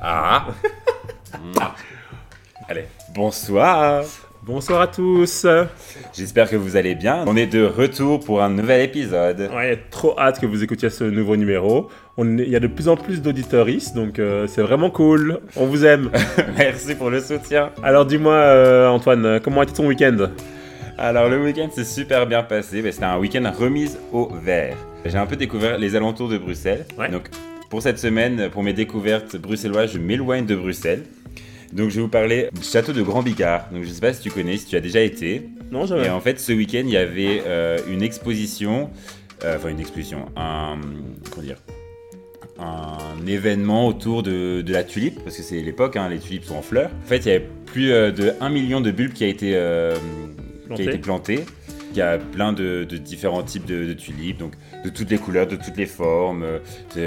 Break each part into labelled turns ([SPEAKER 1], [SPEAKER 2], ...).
[SPEAKER 1] Ah Allez, bonsoir
[SPEAKER 2] Bonsoir à tous
[SPEAKER 1] J'espère que vous allez bien. On est de retour pour un nouvel épisode.
[SPEAKER 2] Ouais, trop hâte que vous écoutiez ce nouveau numéro. On est- Il y a de plus en plus d'auditoristes, donc euh, c'est vraiment cool. On vous aime.
[SPEAKER 1] Merci pour le soutien.
[SPEAKER 2] Alors dis-moi, euh, Antoine, euh, comment était ton week-end
[SPEAKER 1] Alors le week-end s'est super bien passé, mais c'était un week-end remise au vert. J'ai un peu découvert les alentours de Bruxelles.
[SPEAKER 2] Ouais.
[SPEAKER 1] Donc pour cette semaine, pour mes découvertes bruxelloises, je m'éloigne de Bruxelles. Donc je vais vous parler du château de Grand Bicard. Donc je sais pas si tu connais, si tu as déjà été.
[SPEAKER 2] Non,
[SPEAKER 1] Et
[SPEAKER 2] jamais.
[SPEAKER 1] en fait, ce week-end, il y avait euh, une exposition, euh, enfin une exposition, un, comment dire, un événement autour de, de la tulipe, parce que c'est l'époque, hein, les tulipes sont en fleurs. En fait, il y avait plus euh, de 1 million de bulbes qui a été, euh, qui a
[SPEAKER 2] Planté.
[SPEAKER 1] été planté. Il y a plein de, de différents types de, de tulipes, donc de toutes les couleurs, de toutes les formes, euh,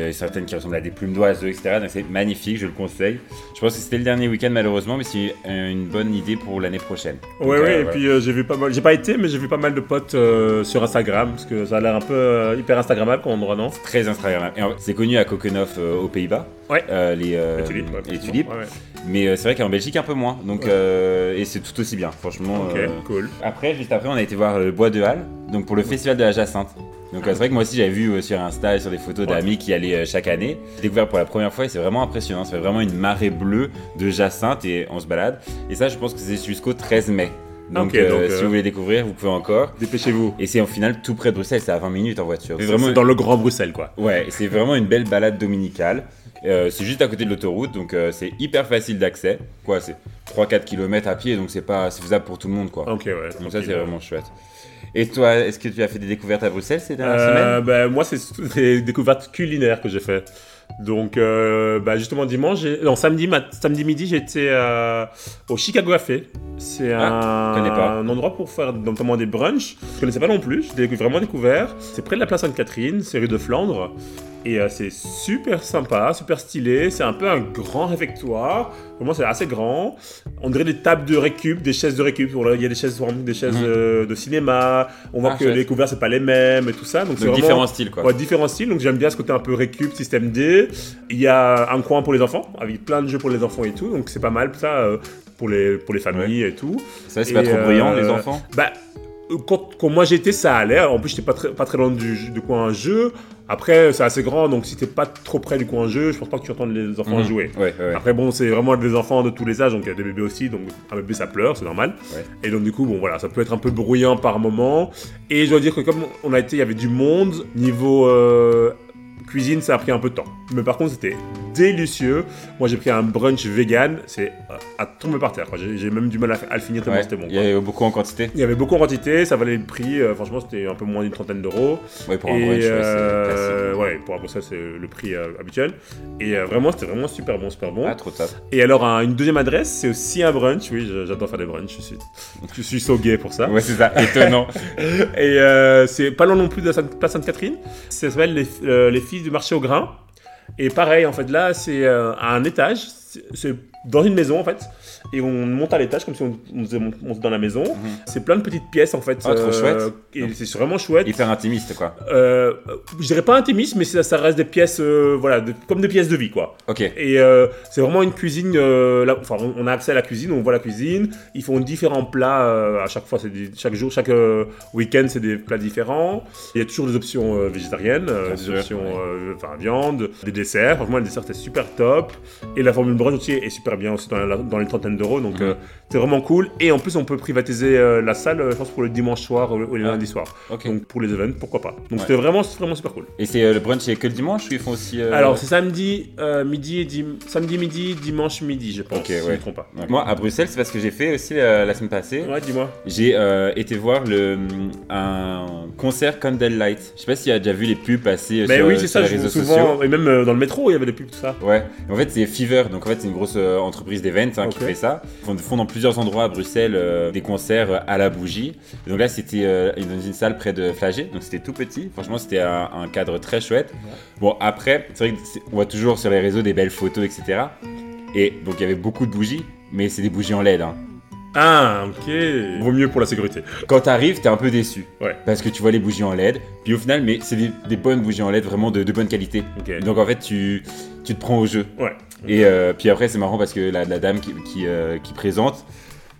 [SPEAKER 1] de- certaines qui ressemblent à des plumes d'oiseaux, etc. Donc c'est magnifique, je le conseille. Je pense que c'était le dernier week-end malheureusement, mais c'est euh, une bonne idée pour l'année prochaine. Donc,
[SPEAKER 2] Ouais,
[SPEAKER 1] euh,
[SPEAKER 2] ouais, et
[SPEAKER 1] voilà.
[SPEAKER 2] puis euh, j'ai vu pas mal. J'ai pas été, mais j'ai vu pas mal de potes euh, sur Instagram, parce que ça a l'air un peu euh, hyper Instagrammable comme endroit, non
[SPEAKER 1] Très Instagram. Et en fait, C'est connu à Kokenhof euh, aux Pays-Bas.
[SPEAKER 2] Ouais.
[SPEAKER 1] Euh, les, euh,
[SPEAKER 2] Les tulipes, ouais,
[SPEAKER 1] les
[SPEAKER 2] forcément.
[SPEAKER 1] tulipes.
[SPEAKER 2] Ouais, ouais.
[SPEAKER 1] Mais euh, c'est vrai qu'en Belgique, un peu moins. Donc,
[SPEAKER 2] Ouais.
[SPEAKER 1] euh, et c'est tout aussi bien, franchement.
[SPEAKER 2] Ok,
[SPEAKER 1] euh.
[SPEAKER 2] cool.
[SPEAKER 1] Après, juste après, on a été voir le Bois de Halle, donc pour le Festival de la Jacinthe. Donc, euh, c'est vrai que moi aussi, j'avais vu euh, sur Insta et sur des photos
[SPEAKER 2] Ouais.
[SPEAKER 1] d'amis qui allaient euh, chaque année. J'ai découvert pour la première fois et c'est vraiment impressionnant. C'est vraiment une marée bleue de Jacinthe et on se balade. Et ça, je pense que c'est jusqu'au 13 mai. Donc,
[SPEAKER 2] Ok,
[SPEAKER 1] euh,
[SPEAKER 2] donc,
[SPEAKER 1] si
[SPEAKER 2] euh,
[SPEAKER 1] vous voulez découvrir, vous pouvez encore.
[SPEAKER 2] Dépêchez-vous.
[SPEAKER 1] Et c'est au final tout près de Bruxelles, c'est à 20 minutes en voiture. C'est
[SPEAKER 2] C'est c'est dans le grand Bruxelles, quoi.
[SPEAKER 1] Ouais, c'est vraiment une belle balade dominicale. Euh, c'est juste à côté de l'autoroute, donc euh, c'est hyper facile d'accès. Quoi, c'est 3-4 km à pied, donc c'est pas c'est faisable pour tout le monde, quoi.
[SPEAKER 2] Ah, Ok, ouais.
[SPEAKER 1] donc ça,
[SPEAKER 2] tranquille.
[SPEAKER 1] c'est vraiment chouette. Et toi, est-ce que tu as fait des découvertes à Bruxelles ces dernières
[SPEAKER 2] Euh,
[SPEAKER 1] semaines
[SPEAKER 2] ben, moi, c'est surtout des découvertes culinaires que j'ai fait. Donc, euh, ben, justement, dimanche, j'ai- non, samedi, mat- samedi midi, j'étais euh, au Chicago Café. C'est
[SPEAKER 1] Ah,
[SPEAKER 2] un...
[SPEAKER 1] connais pas.
[SPEAKER 2] un endroit pour faire notamment des brunchs. Je connaissais pas non plus, j'ai décou- vraiment découvert. C'est près de la place Sainte-Catherine, c'est rue de Flandre. Et euh, c'est super sympa, super stylé. C'est un peu un grand réfectoire. Vraiment, c'est assez grand. On dirait des tables de récup, des chaises de récup. Voilà, Il y a des chaises, des chaises
[SPEAKER 1] Mhm.
[SPEAKER 2] euh, de cinéma. On voit
[SPEAKER 1] Ah,
[SPEAKER 2] que
[SPEAKER 1] chouette.
[SPEAKER 2] les couverts, c'est pas les mêmes et tout ça. Donc, c'est
[SPEAKER 1] Donc
[SPEAKER 2] vraiment
[SPEAKER 1] différents styles, quoi.
[SPEAKER 2] ouais, différents styles. Donc, j'aime bien ce côté un peu récup, système D. Il y a un coin pour les enfants, avec plein de jeux pour les enfants et tout. Donc, c'est pas mal ça euh, pour, les, pour les familles et tout.
[SPEAKER 1] Ça, c'est pas
[SPEAKER 2] et,
[SPEAKER 1] trop brillant,
[SPEAKER 2] euh,
[SPEAKER 1] les enfants
[SPEAKER 2] Bah, euh, quand, quand moi j'étais, ça allait. En plus, j'étais pas très, pas très loin du, du coin jeu. Après, c'est assez grand, donc si t'es pas trop près du coin jeu, je pense pas que tu entends les enfants
[SPEAKER 1] Mhm.
[SPEAKER 2] jouer.
[SPEAKER 1] Ouais, ouais, ouais.
[SPEAKER 2] Après, bon, c'est vraiment des enfants de tous les âges, donc il y a des bébés aussi, donc un bébé ça pleure, c'est normal.
[SPEAKER 1] Ouais.
[SPEAKER 2] Et donc, du coup, bon, voilà, ça peut être un peu bruyant par moment. Et je dois dire que comme on a été, il y avait du monde, niveau euh, cuisine, ça a pris un peu de temps. Mais par contre, c'était délicieux. Moi, j'ai pris un brunch vegan, c'est euh, à, à tomber par terre, quoi. J'ai j'ai même du mal à, à le finir tellement
[SPEAKER 1] Ouais,
[SPEAKER 2] c'était bon.
[SPEAKER 1] Il y
[SPEAKER 2] quoi.
[SPEAKER 1] avait beaucoup en quantité.
[SPEAKER 2] Il y avait beaucoup en quantité, ça valait le prix. euh, franchement, c'était un peu moins d'une trentaine d'euros.
[SPEAKER 1] Ouais, pour un
[SPEAKER 2] Et
[SPEAKER 1] brunch, ouais, c'est
[SPEAKER 2] euh,
[SPEAKER 1] classique.
[SPEAKER 2] ouais, pour ça, c'est le prix euh, habituel. Et euh, vraiment, c'était vraiment super bon, super bon.
[SPEAKER 1] Ah, trop top.
[SPEAKER 2] Et alors, un- une deuxième adresse, c'est aussi un brunch. Oui, je- j'adore faire des brunchs. Je suis, je suis so gay pour ça.
[SPEAKER 1] Ouais, c'est ça, étonnant.
[SPEAKER 2] Et euh, c'est pas loin non plus de la Sainte- place Sainte-Catherine. Ça s'appelle les, euh, les filles du marché au grain. Et pareil, en fait, là, c'est euh, à un étage. C'est- C'est dans une maison, en fait. Et on monte à l'étage comme si on, on faisait mon- monter dans la maison. C'est plein de petites pièces, en fait.
[SPEAKER 1] Mhm. Ah,
[SPEAKER 2] euh,
[SPEAKER 1] trop chouette.
[SPEAKER 2] Et c'est vraiment chouette.
[SPEAKER 1] Hyper intimiste, quoi.
[SPEAKER 2] Euh, je dirais pas intimiste, mais ça, ça reste des pièces, euh, voilà, de- comme des pièces de vie, quoi.
[SPEAKER 1] Ok.
[SPEAKER 2] Et euh, c'est vraiment une cuisine. euh, là, enfin, on on a accès à la cuisine, on voit la cuisine. Ils font différents plats euh, à chaque fois. C'est des- chaque jour, chaque euh, week-end, c'est des plats différents. Il y a toujours des options euh, végétariennes, euh,
[SPEAKER 1] Bien
[SPEAKER 2] des
[SPEAKER 1] sûr,
[SPEAKER 2] options
[SPEAKER 1] ouais.
[SPEAKER 2] euh, enfin, viande, des desserts. Franchement, les desserts c'est super top. Et la formule brunch aussi est super bien aussi dans, la- dans les trentaines d'euros. Donc
[SPEAKER 1] Mhm.
[SPEAKER 2] euh, c'est vraiment cool. Et en plus, on peut privatiser euh, la salle, euh, je pense pour le dimanche soir ou, ou le
[SPEAKER 1] Ah.
[SPEAKER 2] lundi soir.
[SPEAKER 1] ok.
[SPEAKER 2] Donc pour les events, pourquoi pas. Donc
[SPEAKER 1] Ouais.
[SPEAKER 2] c'était vraiment, vraiment super cool.
[SPEAKER 1] Et c'est euh, le brunch, c'est que le dimanche ou ils font aussi. euh,
[SPEAKER 2] Alors, c'est samedi, euh, midi, et dim- samedi midi, dimanche midi, je pense,
[SPEAKER 1] Ok,
[SPEAKER 2] si je
[SPEAKER 1] ouais.
[SPEAKER 2] ne me trompe pas.
[SPEAKER 1] Ouais. Moi, à Bruxelles, c'est parce que j'ai fait aussi euh, la semaine passée.
[SPEAKER 2] Ouais, dis-moi.
[SPEAKER 1] J'ai euh, été voir le, un concert Candlelight. Je sais pas si tu as déjà vu les pubs passer euh,
[SPEAKER 2] Mais
[SPEAKER 1] sur,
[SPEAKER 2] oui,
[SPEAKER 1] sur
[SPEAKER 2] c'est ça,
[SPEAKER 1] les
[SPEAKER 2] je
[SPEAKER 1] réseaux
[SPEAKER 2] vois
[SPEAKER 1] sociaux.
[SPEAKER 2] souvent, et même euh, dans le métro, il y avait des pubs, tout ça.
[SPEAKER 1] Ouais, en fait c'est Fever, donc en fait c'est une grosse euh, entreprise d'events hein,
[SPEAKER 2] Ok.
[SPEAKER 1] qui fait ça. Ils font, font dans plusieurs endroits à Bruxelles euh, des concerts euh, à la bougie. Et donc là c'était euh, dans une salle près de Flagey, donc c'était tout petit. Franchement c'était un, un cadre très chouette. Bon après, c'est vrai qu'on voit toujours sur les réseaux des belles photos, etc. Et donc il y avait beaucoup de bougies, mais c'est des bougies en LED. Hein.
[SPEAKER 2] Ah, ok. Vaut mieux pour la sécurité.
[SPEAKER 1] Quand t'arrives, t'es un peu déçu.
[SPEAKER 2] Ouais.
[SPEAKER 1] Parce que tu vois les bougies en LED. Puis au final, mais c'est des, des bonnes bougies en LED, vraiment de, de bonne qualité.
[SPEAKER 2] Ok.
[SPEAKER 1] Donc en fait, tu, tu te prends au jeu.
[SPEAKER 2] Ouais.
[SPEAKER 1] Et euh, puis après, c'est marrant parce que la, la dame qui, qui, euh, qui présente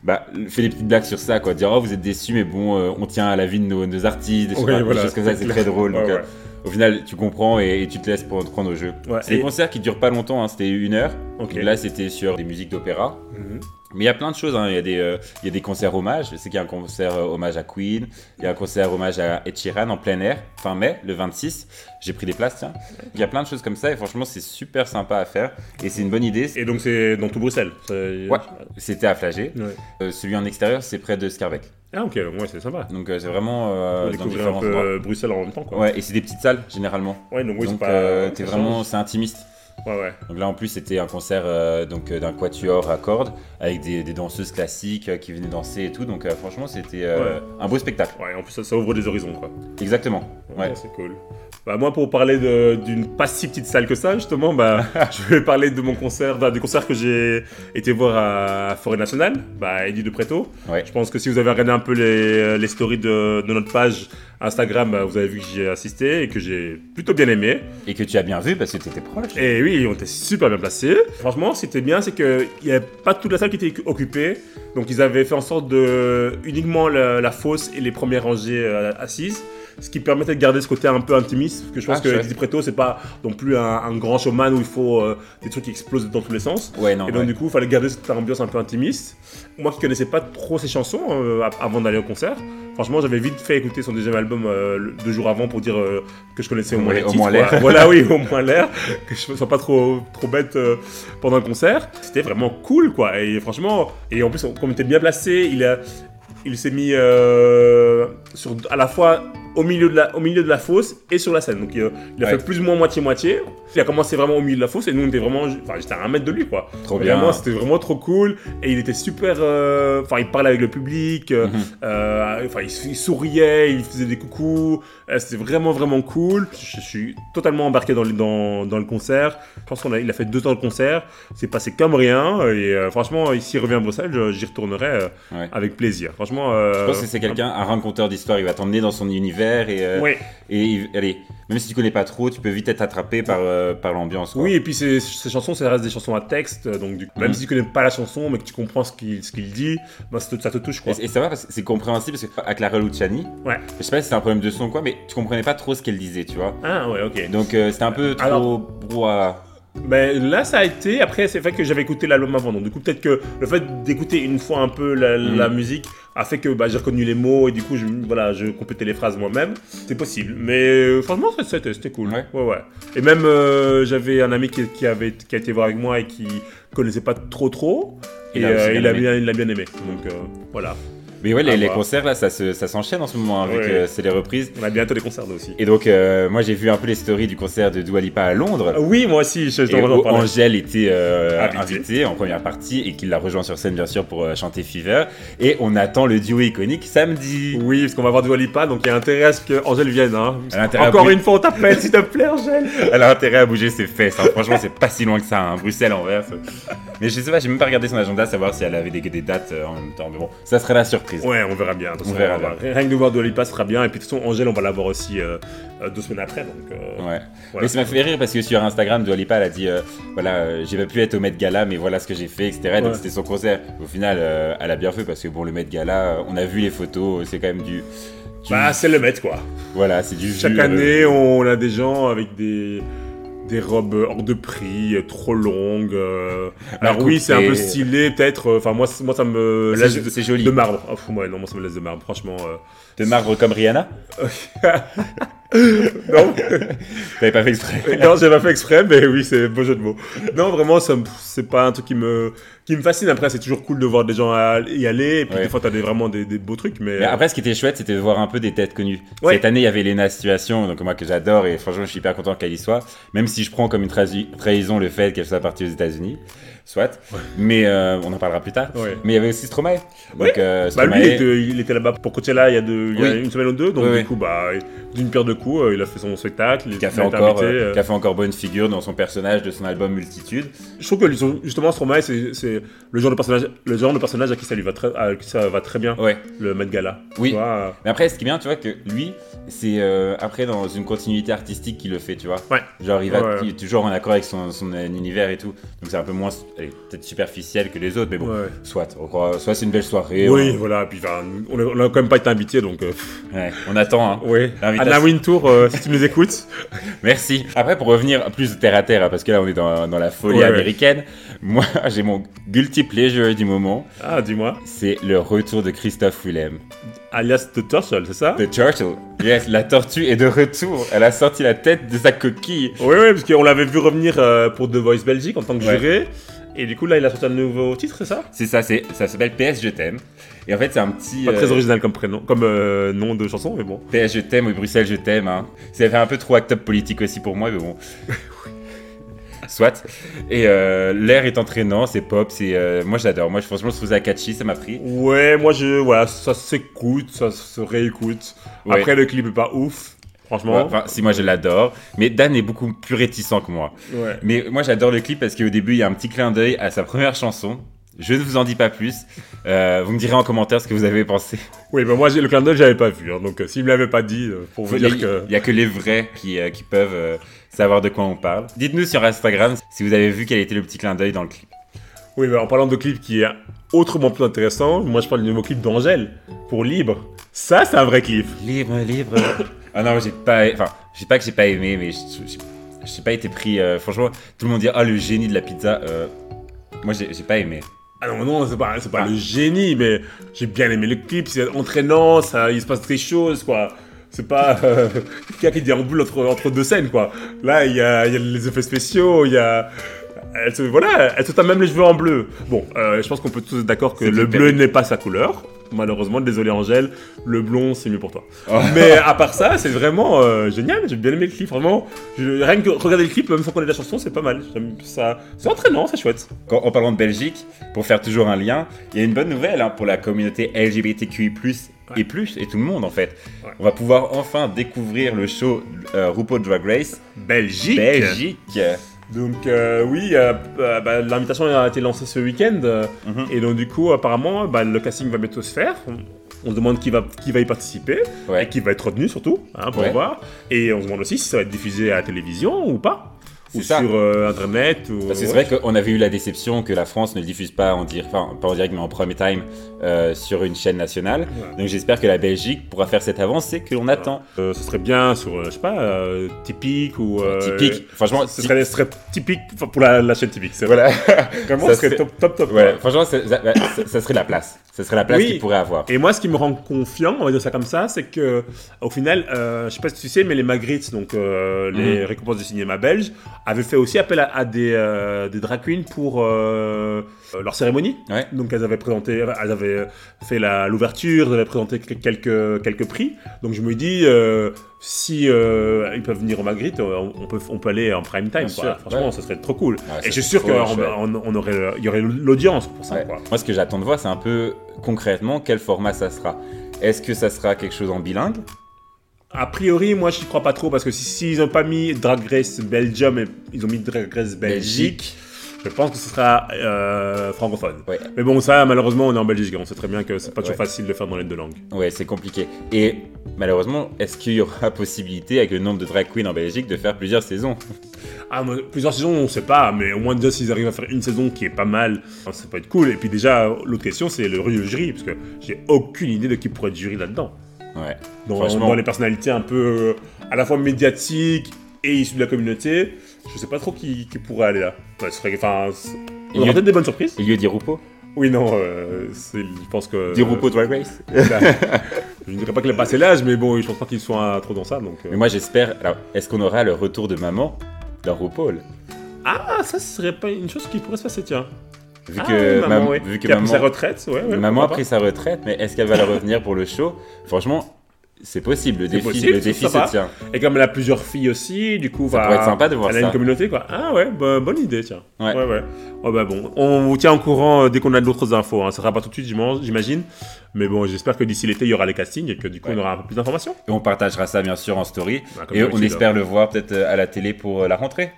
[SPEAKER 1] bah, fait des petites blagues sur ça, quoi. Dire, oh, vous êtes déçus, mais bon, euh, on tient à la vie de nos, nos artistes, des,
[SPEAKER 2] Oui,
[SPEAKER 1] choses- des
[SPEAKER 2] voilà,
[SPEAKER 1] choses comme ça,
[SPEAKER 2] c'est
[SPEAKER 1] c'est
[SPEAKER 2] clair.
[SPEAKER 1] très drôle. donc,
[SPEAKER 2] Ouais,
[SPEAKER 1] euh,
[SPEAKER 2] ouais.
[SPEAKER 1] au final, tu comprends et, et tu te laisses prendre, prendre au jeu.
[SPEAKER 2] Ouais,
[SPEAKER 1] C'est
[SPEAKER 2] et-
[SPEAKER 1] des concerts qui durent pas longtemps, hein, c'était une heure.
[SPEAKER 2] Ok.
[SPEAKER 1] Donc Là, c'était sur des musiques d'opéra.
[SPEAKER 2] Mhm.
[SPEAKER 1] Mais il y a plein de choses, hein. il, y a des, euh, il y a des concerts hommages. Je sais qu'il y a un concert euh, hommage à Queen, il y a un concert hommage à Ed Sheeran en plein air, fin mai, le 26. J'ai pris des places, tiens. Il y a plein de choses comme ça et franchement, c'est super sympa à faire et c'est une bonne idée.
[SPEAKER 2] Et donc c'est dans tout Bruxelles. c'est-
[SPEAKER 1] Ouais. C'était à Flagey.
[SPEAKER 2] Ouais.
[SPEAKER 1] Euh, celui en extérieur, c'est près de Scarbeck.
[SPEAKER 2] Ah ok, ouais, c'est sympa.
[SPEAKER 1] Donc euh, c'est vraiment euh,
[SPEAKER 2] On
[SPEAKER 1] dans
[SPEAKER 2] découvrir
[SPEAKER 1] différents
[SPEAKER 2] un peu
[SPEAKER 1] endroits.
[SPEAKER 2] euh, Bruxelles en même temps quoi.
[SPEAKER 1] Ouais, et c'est des petites salles généralement.
[SPEAKER 2] Ouais, donc oui, c'est
[SPEAKER 1] donc
[SPEAKER 2] pas.
[SPEAKER 1] euh, t'es
[SPEAKER 2] ça
[SPEAKER 1] vraiment,
[SPEAKER 2] change.
[SPEAKER 1] c'est intimiste.
[SPEAKER 2] Ouais, ouais.
[SPEAKER 1] Donc là en plus c'était un concert euh, donc euh, d'un quatuor à cordes avec des, des danseuses classiques euh, qui venaient danser et tout. Donc euh, franchement c'était euh, un beau spectacle.
[SPEAKER 2] Ouais, en plus ça, ça ouvre des horizons quoi.
[SPEAKER 1] Exactement. Ouais.
[SPEAKER 2] Ouais, c'est cool. Bah, moi, pour parler de- d'une pas si petite salle que ça, justement, bah, je vais parler de mon concert, bah, du concert que j'ai été voir à Forêt Nationale, bah, Eddie de Preto.
[SPEAKER 1] Ouais.
[SPEAKER 2] Je pense que si vous avez regardé un peu les, les stories de, de notre page Instagram, bah, vous avez vu que j'ai assisté et que j'ai plutôt bien aimé.
[SPEAKER 1] Et que tu as bien vu parce que t'étais proche.
[SPEAKER 2] Et Eh oui, on était super bien placés. Franchement, c'était bien, c'est qu'il n'y avait pas toute la salle qui était occupée. Donc, ils avaient fait en sorte de uniquement la, la fosse et les premières rangées euh, assises. Ce qui permettait de garder ce côté un peu intimiste, parce que je pense
[SPEAKER 1] Ah,
[SPEAKER 2] que
[SPEAKER 1] chouette.
[SPEAKER 2] Eddie Preto, c'est pas non plus un, un grand showman où il faut euh, des trucs qui explosent dans tous les sens.
[SPEAKER 1] Ouais non.
[SPEAKER 2] Et donc,
[SPEAKER 1] ouais.
[SPEAKER 2] du coup, il fallait garder cette ambiance un peu intimiste. Moi qui connaissais pas trop ses chansons euh, av- avant d'aller au concert, franchement, j'avais vite fait écouter son deuxième album euh, le- deux jours avant pour dire euh, que je connaissais au moins
[SPEAKER 1] Oui,
[SPEAKER 2] les
[SPEAKER 1] au
[SPEAKER 2] titres,
[SPEAKER 1] moins
[SPEAKER 2] quoi.
[SPEAKER 1] l'air.
[SPEAKER 2] Voilà, oui, au moins l'air. Que je ne sois pas trop, trop bête euh, pendant le concert. C'était vraiment cool, quoi. Et franchement, et en plus, on- comme il était bien placé, il a. Il s'est mis euh, sur, à la fois au milieu, de la, au milieu de la fosse et sur la scène. Donc euh, il a
[SPEAKER 1] Ouais.
[SPEAKER 2] fait plus ou moins moitié-moitié. Il a commencé vraiment au milieu de la fosse et nous on était vraiment. Enfin j'étais à un mètre de lui quoi.
[SPEAKER 1] Trop bien.
[SPEAKER 2] Vraiment, c'était vraiment trop cool. Et il était super. euh, Enfin, il parlait avec le public. euh,
[SPEAKER 1] Mhm.
[SPEAKER 2] euh, Enfin, il, s- il souriait, il faisait des coucous. Euh, c'était vraiment, vraiment cool. Je, je suis totalement embarqué dans le, dans, dans le concert. Je pense qu'on a, il a fait deux temps de concert. C'est passé comme rien. Et euh, franchement, ici, revient à Bruxelles, je- j'y retournerai euh,
[SPEAKER 1] Ouais.
[SPEAKER 2] avec plaisir. Franchement. euh,
[SPEAKER 1] Je pense que c'est quelqu'un, un raconteur d'histoire, il va t'emmener dans son univers et, euh,
[SPEAKER 2] Ouais.
[SPEAKER 1] et il- allez, même si tu connais pas trop, tu peux vite être attrapé par, euh, par l'ambiance. quoi.
[SPEAKER 2] Oui, et puis ces, ces chansons, ça reste des chansons à texte, donc du coup, même
[SPEAKER 1] Mhm.
[SPEAKER 2] si tu connais pas la chanson, mais que tu comprends ce qu'il ce qu'il dit, ben, ça, te, ça te touche quoi.
[SPEAKER 1] Et, et ça va parce que c'est compréhensible parce que à Clara Luciani,
[SPEAKER 2] Ouais.
[SPEAKER 1] je sais pas si c'est un problème de son ou quoi, mais tu comprenais pas trop ce qu'elle disait, tu vois.
[SPEAKER 2] Ah ouais, ok.
[SPEAKER 1] Donc euh, c'était un peu trop
[SPEAKER 2] Alors-
[SPEAKER 1] brouhaha.
[SPEAKER 2] Mais Ben, là, ça a été. Après, c'est vrai que j'avais écouté l'album avant. Donc, du coup, peut-être que le fait d'écouter une fois un peu la,
[SPEAKER 1] Mm.
[SPEAKER 2] la musique a fait que bah, j'ai reconnu les mots et du coup, je, voilà, je complétais les phrases moi-même. C'est possible. Mais euh, franchement, ça- c'était c'était cool.
[SPEAKER 1] Ouais.
[SPEAKER 2] ouais. Et même, euh, j'avais un ami qui, qui avait, qui a été voir avec moi et qui connaissait pas trop trop. Et
[SPEAKER 1] Il a
[SPEAKER 2] euh,
[SPEAKER 1] aussi bien
[SPEAKER 2] il, a
[SPEAKER 1] aimé.
[SPEAKER 2] bien, il a bien aimé. Donc, euh, voilà.
[SPEAKER 1] Mais ouais, les,
[SPEAKER 2] À
[SPEAKER 1] les
[SPEAKER 2] voir.
[SPEAKER 1] concerts là, ça se- ça s'enchaîne en ce moment hein, vu
[SPEAKER 2] Ah, bah. Ouais.
[SPEAKER 1] que c'est les reprises.
[SPEAKER 2] On a bientôt des concerts, nous aussi.
[SPEAKER 1] Et donc euh, moi j'ai vu un peu les stories du concert de Dua Lipa à Londres.
[SPEAKER 2] Ah Oui, moi aussi, je, je
[SPEAKER 1] Et
[SPEAKER 2] t'en
[SPEAKER 1] où
[SPEAKER 2] parler.
[SPEAKER 1] Angèle était euh,
[SPEAKER 2] Invitée.
[SPEAKER 1] invitée en première partie et qu'il l'a rejoint sur scène bien sûr pour euh, chanter Fever. Et on attend le duo iconique samedi.
[SPEAKER 2] Oui, parce qu'on va voir du Lipa, donc il y a intérêt à ce qu'Angèle vienne. Hein.
[SPEAKER 1] Elle a intérêt à
[SPEAKER 2] Encore
[SPEAKER 1] bouger-
[SPEAKER 2] une fois, on t'appelle, s'il te plaît, Angèle.
[SPEAKER 1] Elle a intérêt à bouger ses fesses. hein. Franchement, c'est pas si loin que ça. hein. Bruxelles, Anvers. euh. Mais je sais pas, j'ai même pas regardé son agenda, savoir si elle avait des, des dates euh, en même temps. Mais bon, ça serait la surprise.
[SPEAKER 2] Ouais, on verra bien. attention,
[SPEAKER 1] On verra
[SPEAKER 2] va
[SPEAKER 1] bien.
[SPEAKER 2] voir. Rien que de voir Dolipa sera bien. Et puis de toute façon, Angèle, on va la voir aussi euh, euh, deux semaines après. Donc, euh,
[SPEAKER 1] Ouais.
[SPEAKER 2] voilà.
[SPEAKER 1] Mais ça m'a fait rire parce que sur Instagram, Dua Lipa, elle a dit euh, voilà, euh, j'ai pas pu être au Met Gala, mais voilà ce que j'ai fait, etc.
[SPEAKER 2] Ouais.
[SPEAKER 1] Donc c'était son concert. Au final, euh, elle a bien fait parce que bon, le Met Gala, euh, on a vu les photos, c'est quand même du. du-
[SPEAKER 2] Bah, c'est le maître, quoi.
[SPEAKER 1] voilà, c'est du. vu,
[SPEAKER 2] Chaque
[SPEAKER 1] euh,
[SPEAKER 2] année, on a des gens avec des, des robes hors de prix, euh, trop longues. euh. Alors
[SPEAKER 1] Mal
[SPEAKER 2] oui, c'est un peu
[SPEAKER 1] coupées.
[SPEAKER 2] stylé, peut-être. euh, Enfin, moi, c'est- moi, ça me
[SPEAKER 1] c'est
[SPEAKER 2] laisse
[SPEAKER 1] jo-
[SPEAKER 2] de,
[SPEAKER 1] C'est joli.
[SPEAKER 2] de
[SPEAKER 1] De,
[SPEAKER 2] marbre. Oh, fou, ouais, non, moi, ça me laisse de marbre, franchement. euh.
[SPEAKER 1] marbre comme Rihanna
[SPEAKER 2] Non,
[SPEAKER 1] T'avais pas fait exprès.
[SPEAKER 2] non, j'ai pas fait exprès, mais oui, c'est beau jeu de mots. Non, vraiment, ça me- c'est pas un truc qui me, qui me fascine. Après, c'est toujours cool de voir des gens à- y aller. Et puis,
[SPEAKER 1] Ouais.
[SPEAKER 2] des fois, t'as des, vraiment des, des beaux trucs. Mais,
[SPEAKER 1] Mais après, ce qui était chouette, c'était de voir un peu des têtes connues.
[SPEAKER 2] Ouais.
[SPEAKER 1] Cette année, il y avait Lena Situation, donc moi que j'adore, et franchement, je suis hyper content qu'elle y soit, même si je prends comme une trahi- trahison le fait qu'elle soit partie aux États-Unis. Parce soit. Mais euh, on en parlera plus tard.
[SPEAKER 2] Ouais.
[SPEAKER 1] Mais il y avait aussi Stromae.
[SPEAKER 2] Ouais.
[SPEAKER 1] Donc, euh,
[SPEAKER 2] Bah lui,
[SPEAKER 1] Stromae-
[SPEAKER 2] il était, il était là-bas pour Coachella il y a, deux, il y a
[SPEAKER 1] Oui.
[SPEAKER 2] une semaine ou deux, donc
[SPEAKER 1] Oui,
[SPEAKER 2] du
[SPEAKER 1] oui.
[SPEAKER 2] coup, bah, d'une pierre deux coups, euh, il a fait son spectacle, il
[SPEAKER 1] qui a, fait
[SPEAKER 2] a été
[SPEAKER 1] encore,
[SPEAKER 2] invité,
[SPEAKER 1] euh,
[SPEAKER 2] euh.
[SPEAKER 1] qui a fait encore bonne figure dans son personnage de son album Multitude.
[SPEAKER 2] Je trouve que lui, son- justement, Stromae, c'est c'est le genre de personnage, le genre de personnage à qui ça lui va très, à qui ça va très bien,
[SPEAKER 1] Ouais.
[SPEAKER 2] le Met Gala.
[SPEAKER 1] Oui.
[SPEAKER 2] Tu vois, euh,
[SPEAKER 1] Mais après, ce qui est bien, tu vois, que lui, c'est euh, après dans une continuité artistique qu'il le fait, tu vois.
[SPEAKER 2] Ouais.
[SPEAKER 1] Genre, il va
[SPEAKER 2] Ouais.
[SPEAKER 1] il est toujours en accord avec son, son euh, univers et tout. Donc, c'est un peu moins, allez, peut-être superficiel que les autres, mais bon,
[SPEAKER 2] ouais.
[SPEAKER 1] soit. On croit- soit c'est une belle soirée.
[SPEAKER 2] oui, voilà. Puis enfin, on a- on a quand même pas été invité, donc. euh,
[SPEAKER 1] on, ouais, on attend. hein.
[SPEAKER 2] oui.
[SPEAKER 1] L'invitation-
[SPEAKER 2] Anna Wintour, euh, si tu nous écoutes.
[SPEAKER 1] Merci. Après, pour revenir plus terre à terre, hein, parce que là, on est dans, dans la folie
[SPEAKER 2] Ouais, ouais.
[SPEAKER 1] américaine. Moi, j'ai mon guilty pleasure du moment.
[SPEAKER 2] Ah, dis-moi.
[SPEAKER 1] C'est le retour de Christophe Willem.
[SPEAKER 2] Alias The Turtle, c'est ça
[SPEAKER 1] The Turtle. Yes, la tortue est de retour. Elle a sorti la tête de sa coquille.
[SPEAKER 2] Oui, oui, parce qu'on l'avait vu revenir euh, pour The Voice Belgique en tant que
[SPEAKER 1] Ouais.
[SPEAKER 2] juré. Et du coup, là, il a sorti un nouveau titre, c'est ça
[SPEAKER 1] C'est ça, c'est ça s'appelle PS Je t'aime. Et en fait, c'est un petit
[SPEAKER 2] Pas très
[SPEAKER 1] euh,
[SPEAKER 2] original comme prénom, comme euh, nom de chanson, mais bon.
[SPEAKER 1] PS Je t'aime ou Bruxelles Je t'aime. Hein. Ça fait un peu trop act-up politique aussi pour moi, mais bon. Soit. Et euh, l'air est entraînant, c'est pop, c'est euh, moi j'adore. Moi, je- franchement, je trouve ça catchy, ça m'a pris.
[SPEAKER 2] Ouais, moi, je, voilà, ça s'écoute, ça se réécoute.
[SPEAKER 1] Ouais.
[SPEAKER 2] Après, le clip est pas ouf,
[SPEAKER 1] Ouais,
[SPEAKER 2] franchement.
[SPEAKER 1] Enfin, si moi je l'adore, mais Dan est beaucoup plus réticent que moi.
[SPEAKER 2] Ouais.
[SPEAKER 1] Mais moi j'adore le clip parce qu'au début il y a un petit clin d'œil à sa première chanson. Je ne vous en dis pas plus. Euh, vous me direz en commentaire ce que vous avez pensé.
[SPEAKER 2] Oui, bah moi, j'ai- le clin d'œil, j'avais pas vu, hein, donc euh, s'il me l'avait pas dit, euh, pour vous
[SPEAKER 1] Il
[SPEAKER 2] dire
[SPEAKER 1] n'y
[SPEAKER 2] que.
[SPEAKER 1] a, que les vrais qui, euh, qui peuvent euh, savoir de quoi on parle. Dites-nous sur Instagram si vous avez vu quel était le petit clin d'œil dans le clip.
[SPEAKER 2] Oui, bah, en parlant de clip qui est autrement plus intéressant, moi, je parle du nouveau clip d'Angèle pour Libre. Ça, c'est un vrai clip.
[SPEAKER 1] Libre, libre. ah non, j'ai pas. Enfin, je sais pas que j'ai pas aimé, mais je- je je- j'ai pas été pris. euh, franchement, tout le monde dit Ah, le génie de la pizza. euh, moi, j'ai j'ai pas aimé.
[SPEAKER 2] Ah non, non, c'est pas, c'est pas le génie, mais j'ai bien aimé le clip, c'est entraînant, ça, il se passe des choses, quoi. C'est pas euh, quelqu'un qui déambule entre, entre deux scènes, quoi. Là, il y a, il y a les effets spéciaux, il y a... Elle se, voilà, elle se tape même les cheveux en bleu. Bon, euh, je pense qu'on peut tous être d'accord que
[SPEAKER 1] C'est
[SPEAKER 2] le
[SPEAKER 1] hyper-
[SPEAKER 2] bleu n'est pas sa couleur. Malheureusement, désolé Angèle, le blond, c'est mieux pour toi.
[SPEAKER 1] Oh.
[SPEAKER 2] Mais à part ça, c'est vraiment euh, génial, j'ai bien aimé le clip, vraiment. Je- rien que regarder le clip, même sans connaître la chanson, c'est pas mal. J'aime ça, c'est entraînant, c'est chouette.
[SPEAKER 1] Quand- en parlant de Belgique, pour faire toujours un lien, il y a une bonne nouvelle hein, pour la communauté LGBTQI+, et plus, et tout le monde en fait.
[SPEAKER 2] Ouais.
[SPEAKER 1] On va pouvoir enfin découvrir le show euh, RuPaul Drag Race
[SPEAKER 2] Belgique
[SPEAKER 1] Belgique.
[SPEAKER 2] Donc euh, oui, euh, euh, bah, l'invitation a été lancée ce week-end euh,
[SPEAKER 1] Mhm.
[SPEAKER 2] et donc du coup apparemment bah, le casting va bientôt se faire. On, on se demande qui va, qui va y participer
[SPEAKER 1] Ouais.
[SPEAKER 2] et qui va être retenu surtout hein, pour
[SPEAKER 1] Ouais.
[SPEAKER 2] voir. Et on se demande aussi si ça va être diffusé à la télévision ou pas, ou
[SPEAKER 1] C'est ça.
[SPEAKER 2] sur euh, internet. Ou...
[SPEAKER 1] Parce que c'est vrai qu'on avait eu la déception que la France ne le diffuse pas en direct, enfin pas en direct mais en prime time euh, sur une chaîne nationale.
[SPEAKER 2] Ouais.
[SPEAKER 1] Donc j'espère que la Belgique pourra faire cette avancée que l'on attend.
[SPEAKER 2] Euh, ce serait bien sur euh, je sais pas euh, typique ou euh,
[SPEAKER 1] Typique, franchement,
[SPEAKER 2] Ce
[SPEAKER 1] typ-
[SPEAKER 2] serait, ce serait typique enfin, pour la, la chaîne typique. c'est vrai.
[SPEAKER 1] voilà.
[SPEAKER 2] Vraiment,
[SPEAKER 1] Ça
[SPEAKER 2] ce serait
[SPEAKER 1] serait-
[SPEAKER 2] top top top.
[SPEAKER 1] Voilà, franchement, ça, ça- bah, ça- ça serait la place. Ça serait la place
[SPEAKER 2] Oui.
[SPEAKER 1] qu'il pourrait avoir.
[SPEAKER 2] Et moi, ce qui me rend confiant, on va dire ça comme ça, c'est que au final, euh, je sais pas si tu sais, mais les Magritte, donc euh,
[SPEAKER 1] Mhm.
[SPEAKER 2] les récompenses du cinéma belge, avaient fait aussi appel à, à des, euh, des drag queens pour euh, euh, leur cérémonie.
[SPEAKER 1] Ouais.
[SPEAKER 2] Donc elles avaient présenté, elles avaient fait la- l'ouverture, elles avaient présenté que- quelques quelques prix. Donc je me dis. euh, si euh, ils peuvent venir au Magritte, on on peut, on peut aller en prime time.
[SPEAKER 1] Bien
[SPEAKER 2] quoi.
[SPEAKER 1] sûr,
[SPEAKER 2] Franchement,
[SPEAKER 1] ouais.
[SPEAKER 2] ça serait trop cool.
[SPEAKER 1] Ah, ça
[SPEAKER 2] Et je suis
[SPEAKER 1] serait
[SPEAKER 2] sûr qu'il
[SPEAKER 1] trop chouette.
[SPEAKER 2] aurait, il y aurait l'audience pour ça.
[SPEAKER 1] Ouais.
[SPEAKER 2] quoi.
[SPEAKER 1] Moi, ce que j'attends de voir, c'est un peu concrètement quel format ça sera. Est-ce que ça sera quelque chose en bilingue
[SPEAKER 2] A priori, moi, je n'y crois pas trop parce que si- s'ils n'ont pas mis Drag Race Belgium et ils ont mis Drag Race Belgique, je pense que ce sera euh, francophone.
[SPEAKER 1] Ouais,
[SPEAKER 2] Mais bon, ça, malheureusement, on est en Belgique. On sait très bien que c'est pas toujours
[SPEAKER 1] Ouais.
[SPEAKER 2] facile de faire dans les deux langues.
[SPEAKER 1] ouais c'est compliqué. Et malheureusement, est-ce qu'il y aura possibilité, avec le nombre de drag queens en Belgique, de faire plusieurs saisons
[SPEAKER 2] Ah, mais plusieurs saisons, on ne sait pas, mais au moins déjà s'ils arrivent à faire une saison qui est pas mal, hein, ça peut être cool. Et puis déjà, l'autre question, c'est le rue de jury, parce que j'ai aucune idée de qui pourrait être jury là-dedans.
[SPEAKER 1] Ouais.
[SPEAKER 2] Dans,
[SPEAKER 1] Franchement.
[SPEAKER 2] dans les personnalités un peu euh, à la fois médiatiques et issues de la communauté, je sais pas trop qui, qui pourrait aller là. Ouais, ce serait, enfin, c'est-
[SPEAKER 1] Il
[SPEAKER 2] on
[SPEAKER 1] y
[SPEAKER 2] aura
[SPEAKER 1] a-
[SPEAKER 2] peut-être des bonnes surprises.
[SPEAKER 1] Il y a dit RuPaul
[SPEAKER 2] Oui, non, euh, c'est- je pense que.
[SPEAKER 1] Dit RuPaul Drag Race
[SPEAKER 2] euh, là, je ne dirais pas qu'il a passé l'âge, mais bon, je pense pas qu'il soit euh, trop dans ça. Donc, euh.
[SPEAKER 1] Mais moi, j'espère. Alors, est-ce qu'on aura le retour de maman dans RuPaul
[SPEAKER 2] Ah, ça, ce serait pas une chose qui pourrait se passer, tiens.
[SPEAKER 1] Vu
[SPEAKER 2] Ah,
[SPEAKER 1] que,
[SPEAKER 2] oui,
[SPEAKER 1] mam-
[SPEAKER 2] ouais.
[SPEAKER 1] vu que
[SPEAKER 2] Qui a pris sa
[SPEAKER 1] maman,
[SPEAKER 2] retraite, ouais. ouais,
[SPEAKER 1] maman a
[SPEAKER 2] pourquoi
[SPEAKER 1] pris sa retraite, mais est-ce qu'elle va le revenir pour le show Franchement, C'est possible, le défi,
[SPEAKER 2] possible,
[SPEAKER 1] le
[SPEAKER 2] c'est
[SPEAKER 1] défi
[SPEAKER 2] sympa.
[SPEAKER 1] se tient.
[SPEAKER 2] Et comme elle a plusieurs filles aussi, du coup,
[SPEAKER 1] Ça
[SPEAKER 2] va-
[SPEAKER 1] pourrait être sympa de voir
[SPEAKER 2] elle a
[SPEAKER 1] ça.
[SPEAKER 2] une communauté, quoi. Ah ouais, bah, bonne idée, tiens.
[SPEAKER 1] Ouais.
[SPEAKER 2] ouais. Oh, bah bon, on vous tient au courant euh, dès qu'on a d'autres infos. Hein. Ça sera pas tout de suite, j'im- j'imagine. Mais bon, j'espère que d'ici l'été, il y aura les castings et que du coup,
[SPEAKER 1] Ouais.
[SPEAKER 2] on aura un peu plus d'informations.
[SPEAKER 1] Et on partagera ça bien sûr en story.
[SPEAKER 2] Ah, comme
[SPEAKER 1] et on
[SPEAKER 2] d'habitude,
[SPEAKER 1] espère le voir peut-être euh, à la télé pour euh, la rentrée.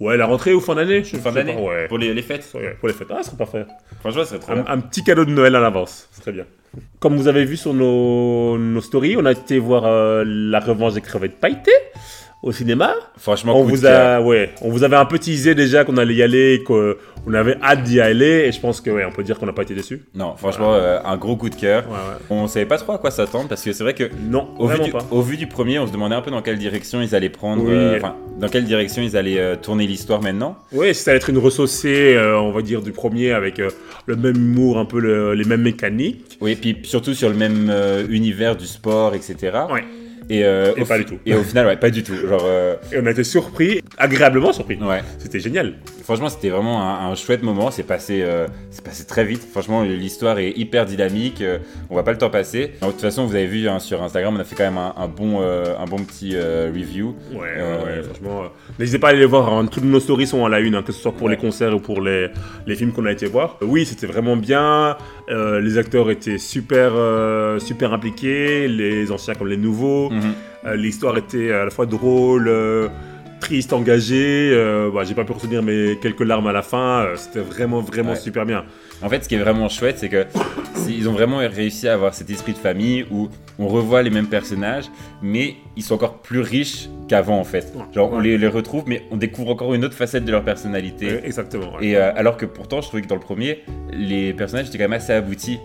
[SPEAKER 2] Ouais, la rentrée ou fin d'année je-
[SPEAKER 1] Fin
[SPEAKER 2] je sais
[SPEAKER 1] d'année.
[SPEAKER 2] pas, Ouais.
[SPEAKER 1] Pour les, les fêtes.
[SPEAKER 2] Ouais, Pour les fêtes. Ah, ça serait parfait.
[SPEAKER 1] Franchement, ça serait trop
[SPEAKER 2] Un,
[SPEAKER 1] bien.
[SPEAKER 2] un petit cadeau de Noël à l'avance. C'est très bien. Comme vous avez vu sur nos, nos stories, on a été voir euh, La Revanche des crevettes pailletées au cinéma.
[SPEAKER 1] Franchement,
[SPEAKER 2] on
[SPEAKER 1] coup de
[SPEAKER 2] vous
[SPEAKER 1] cœur.
[SPEAKER 2] a, ouais, on vous avait un peu teasé déjà qu'on allait y aller, et qu'on avait hâte d'y aller, et je pense que ouais, on peut dire qu'on n'a pas été déçu.
[SPEAKER 1] Non, franchement, euh, un gros coup de cœur.
[SPEAKER 2] Ouais, ouais.
[SPEAKER 1] On savait pas trop à quoi s'attendre parce que c'est vrai que
[SPEAKER 2] Non,
[SPEAKER 1] Au vu,
[SPEAKER 2] vraiment
[SPEAKER 1] du,
[SPEAKER 2] pas.
[SPEAKER 1] au vu du premier, on se demandait un peu dans quelle direction ils allaient prendre,
[SPEAKER 2] Oui.
[SPEAKER 1] euh, enfin, dans quelle direction ils allaient euh, tourner l'histoire maintenant.
[SPEAKER 2] Ouais, ça allait être une ressaucée, euh, on va dire, du premier avec euh, le même humour, un peu le- les mêmes mécaniques.
[SPEAKER 1] Oui, et puis surtout sur le même euh, univers du sport, etc.
[SPEAKER 2] Ouais.
[SPEAKER 1] Et, euh,
[SPEAKER 2] Et
[SPEAKER 1] au
[SPEAKER 2] pas
[SPEAKER 1] fi-
[SPEAKER 2] du tout.
[SPEAKER 1] Et au final, ouais, pas du tout. Genre, euh,
[SPEAKER 2] Et on a été surpris, agréablement surpris.
[SPEAKER 1] ouais.
[SPEAKER 2] C'était génial.
[SPEAKER 1] Franchement, c'était vraiment un, un chouette moment. C'est passé, euh, c'est passé très vite. Franchement, l'histoire est hyper dynamique. euh, on va pas le temps passer. De toute façon, vous avez vu hein, sur Instagram, on a fait quand même un, un bon, euh, un bon petit euh, review.
[SPEAKER 2] Ouais, ouais,
[SPEAKER 1] Euh,
[SPEAKER 2] ouais, franchement. euh, N'hésitez pas à aller les voir, hein, toutes nos stories sont à la une, hein, que ce soit pour
[SPEAKER 1] Ouais.
[SPEAKER 2] les concerts ou pour les, les films qu'on a été voir. Euh, Oui, c'était vraiment bien, euh, les acteurs étaient super, euh, super impliqués, les anciens comme les nouveaux.
[SPEAKER 1] Mhm.
[SPEAKER 2] Euh, L'histoire était à la fois drôle, euh, triste, engagée. euh, bah, J'ai pas pu retenir mes quelques larmes à la fin, euh, c'était vraiment, vraiment
[SPEAKER 1] Ouais.
[SPEAKER 2] super bien.
[SPEAKER 1] En fait, ce qui est vraiment chouette, c'est que c'est- ils ont vraiment réussi à avoir cet esprit de famille où on revoit les mêmes personnages, mais ils sont encore plus riches qu'avant, en fait. Genre, on les, les retrouve, mais on découvre encore une autre facette de leur personnalité.
[SPEAKER 2] Ouais, exactement. ouais.
[SPEAKER 1] Et euh, alors que pourtant, je trouvais que dans le premier, les personnages étaient quand même assez aboutis.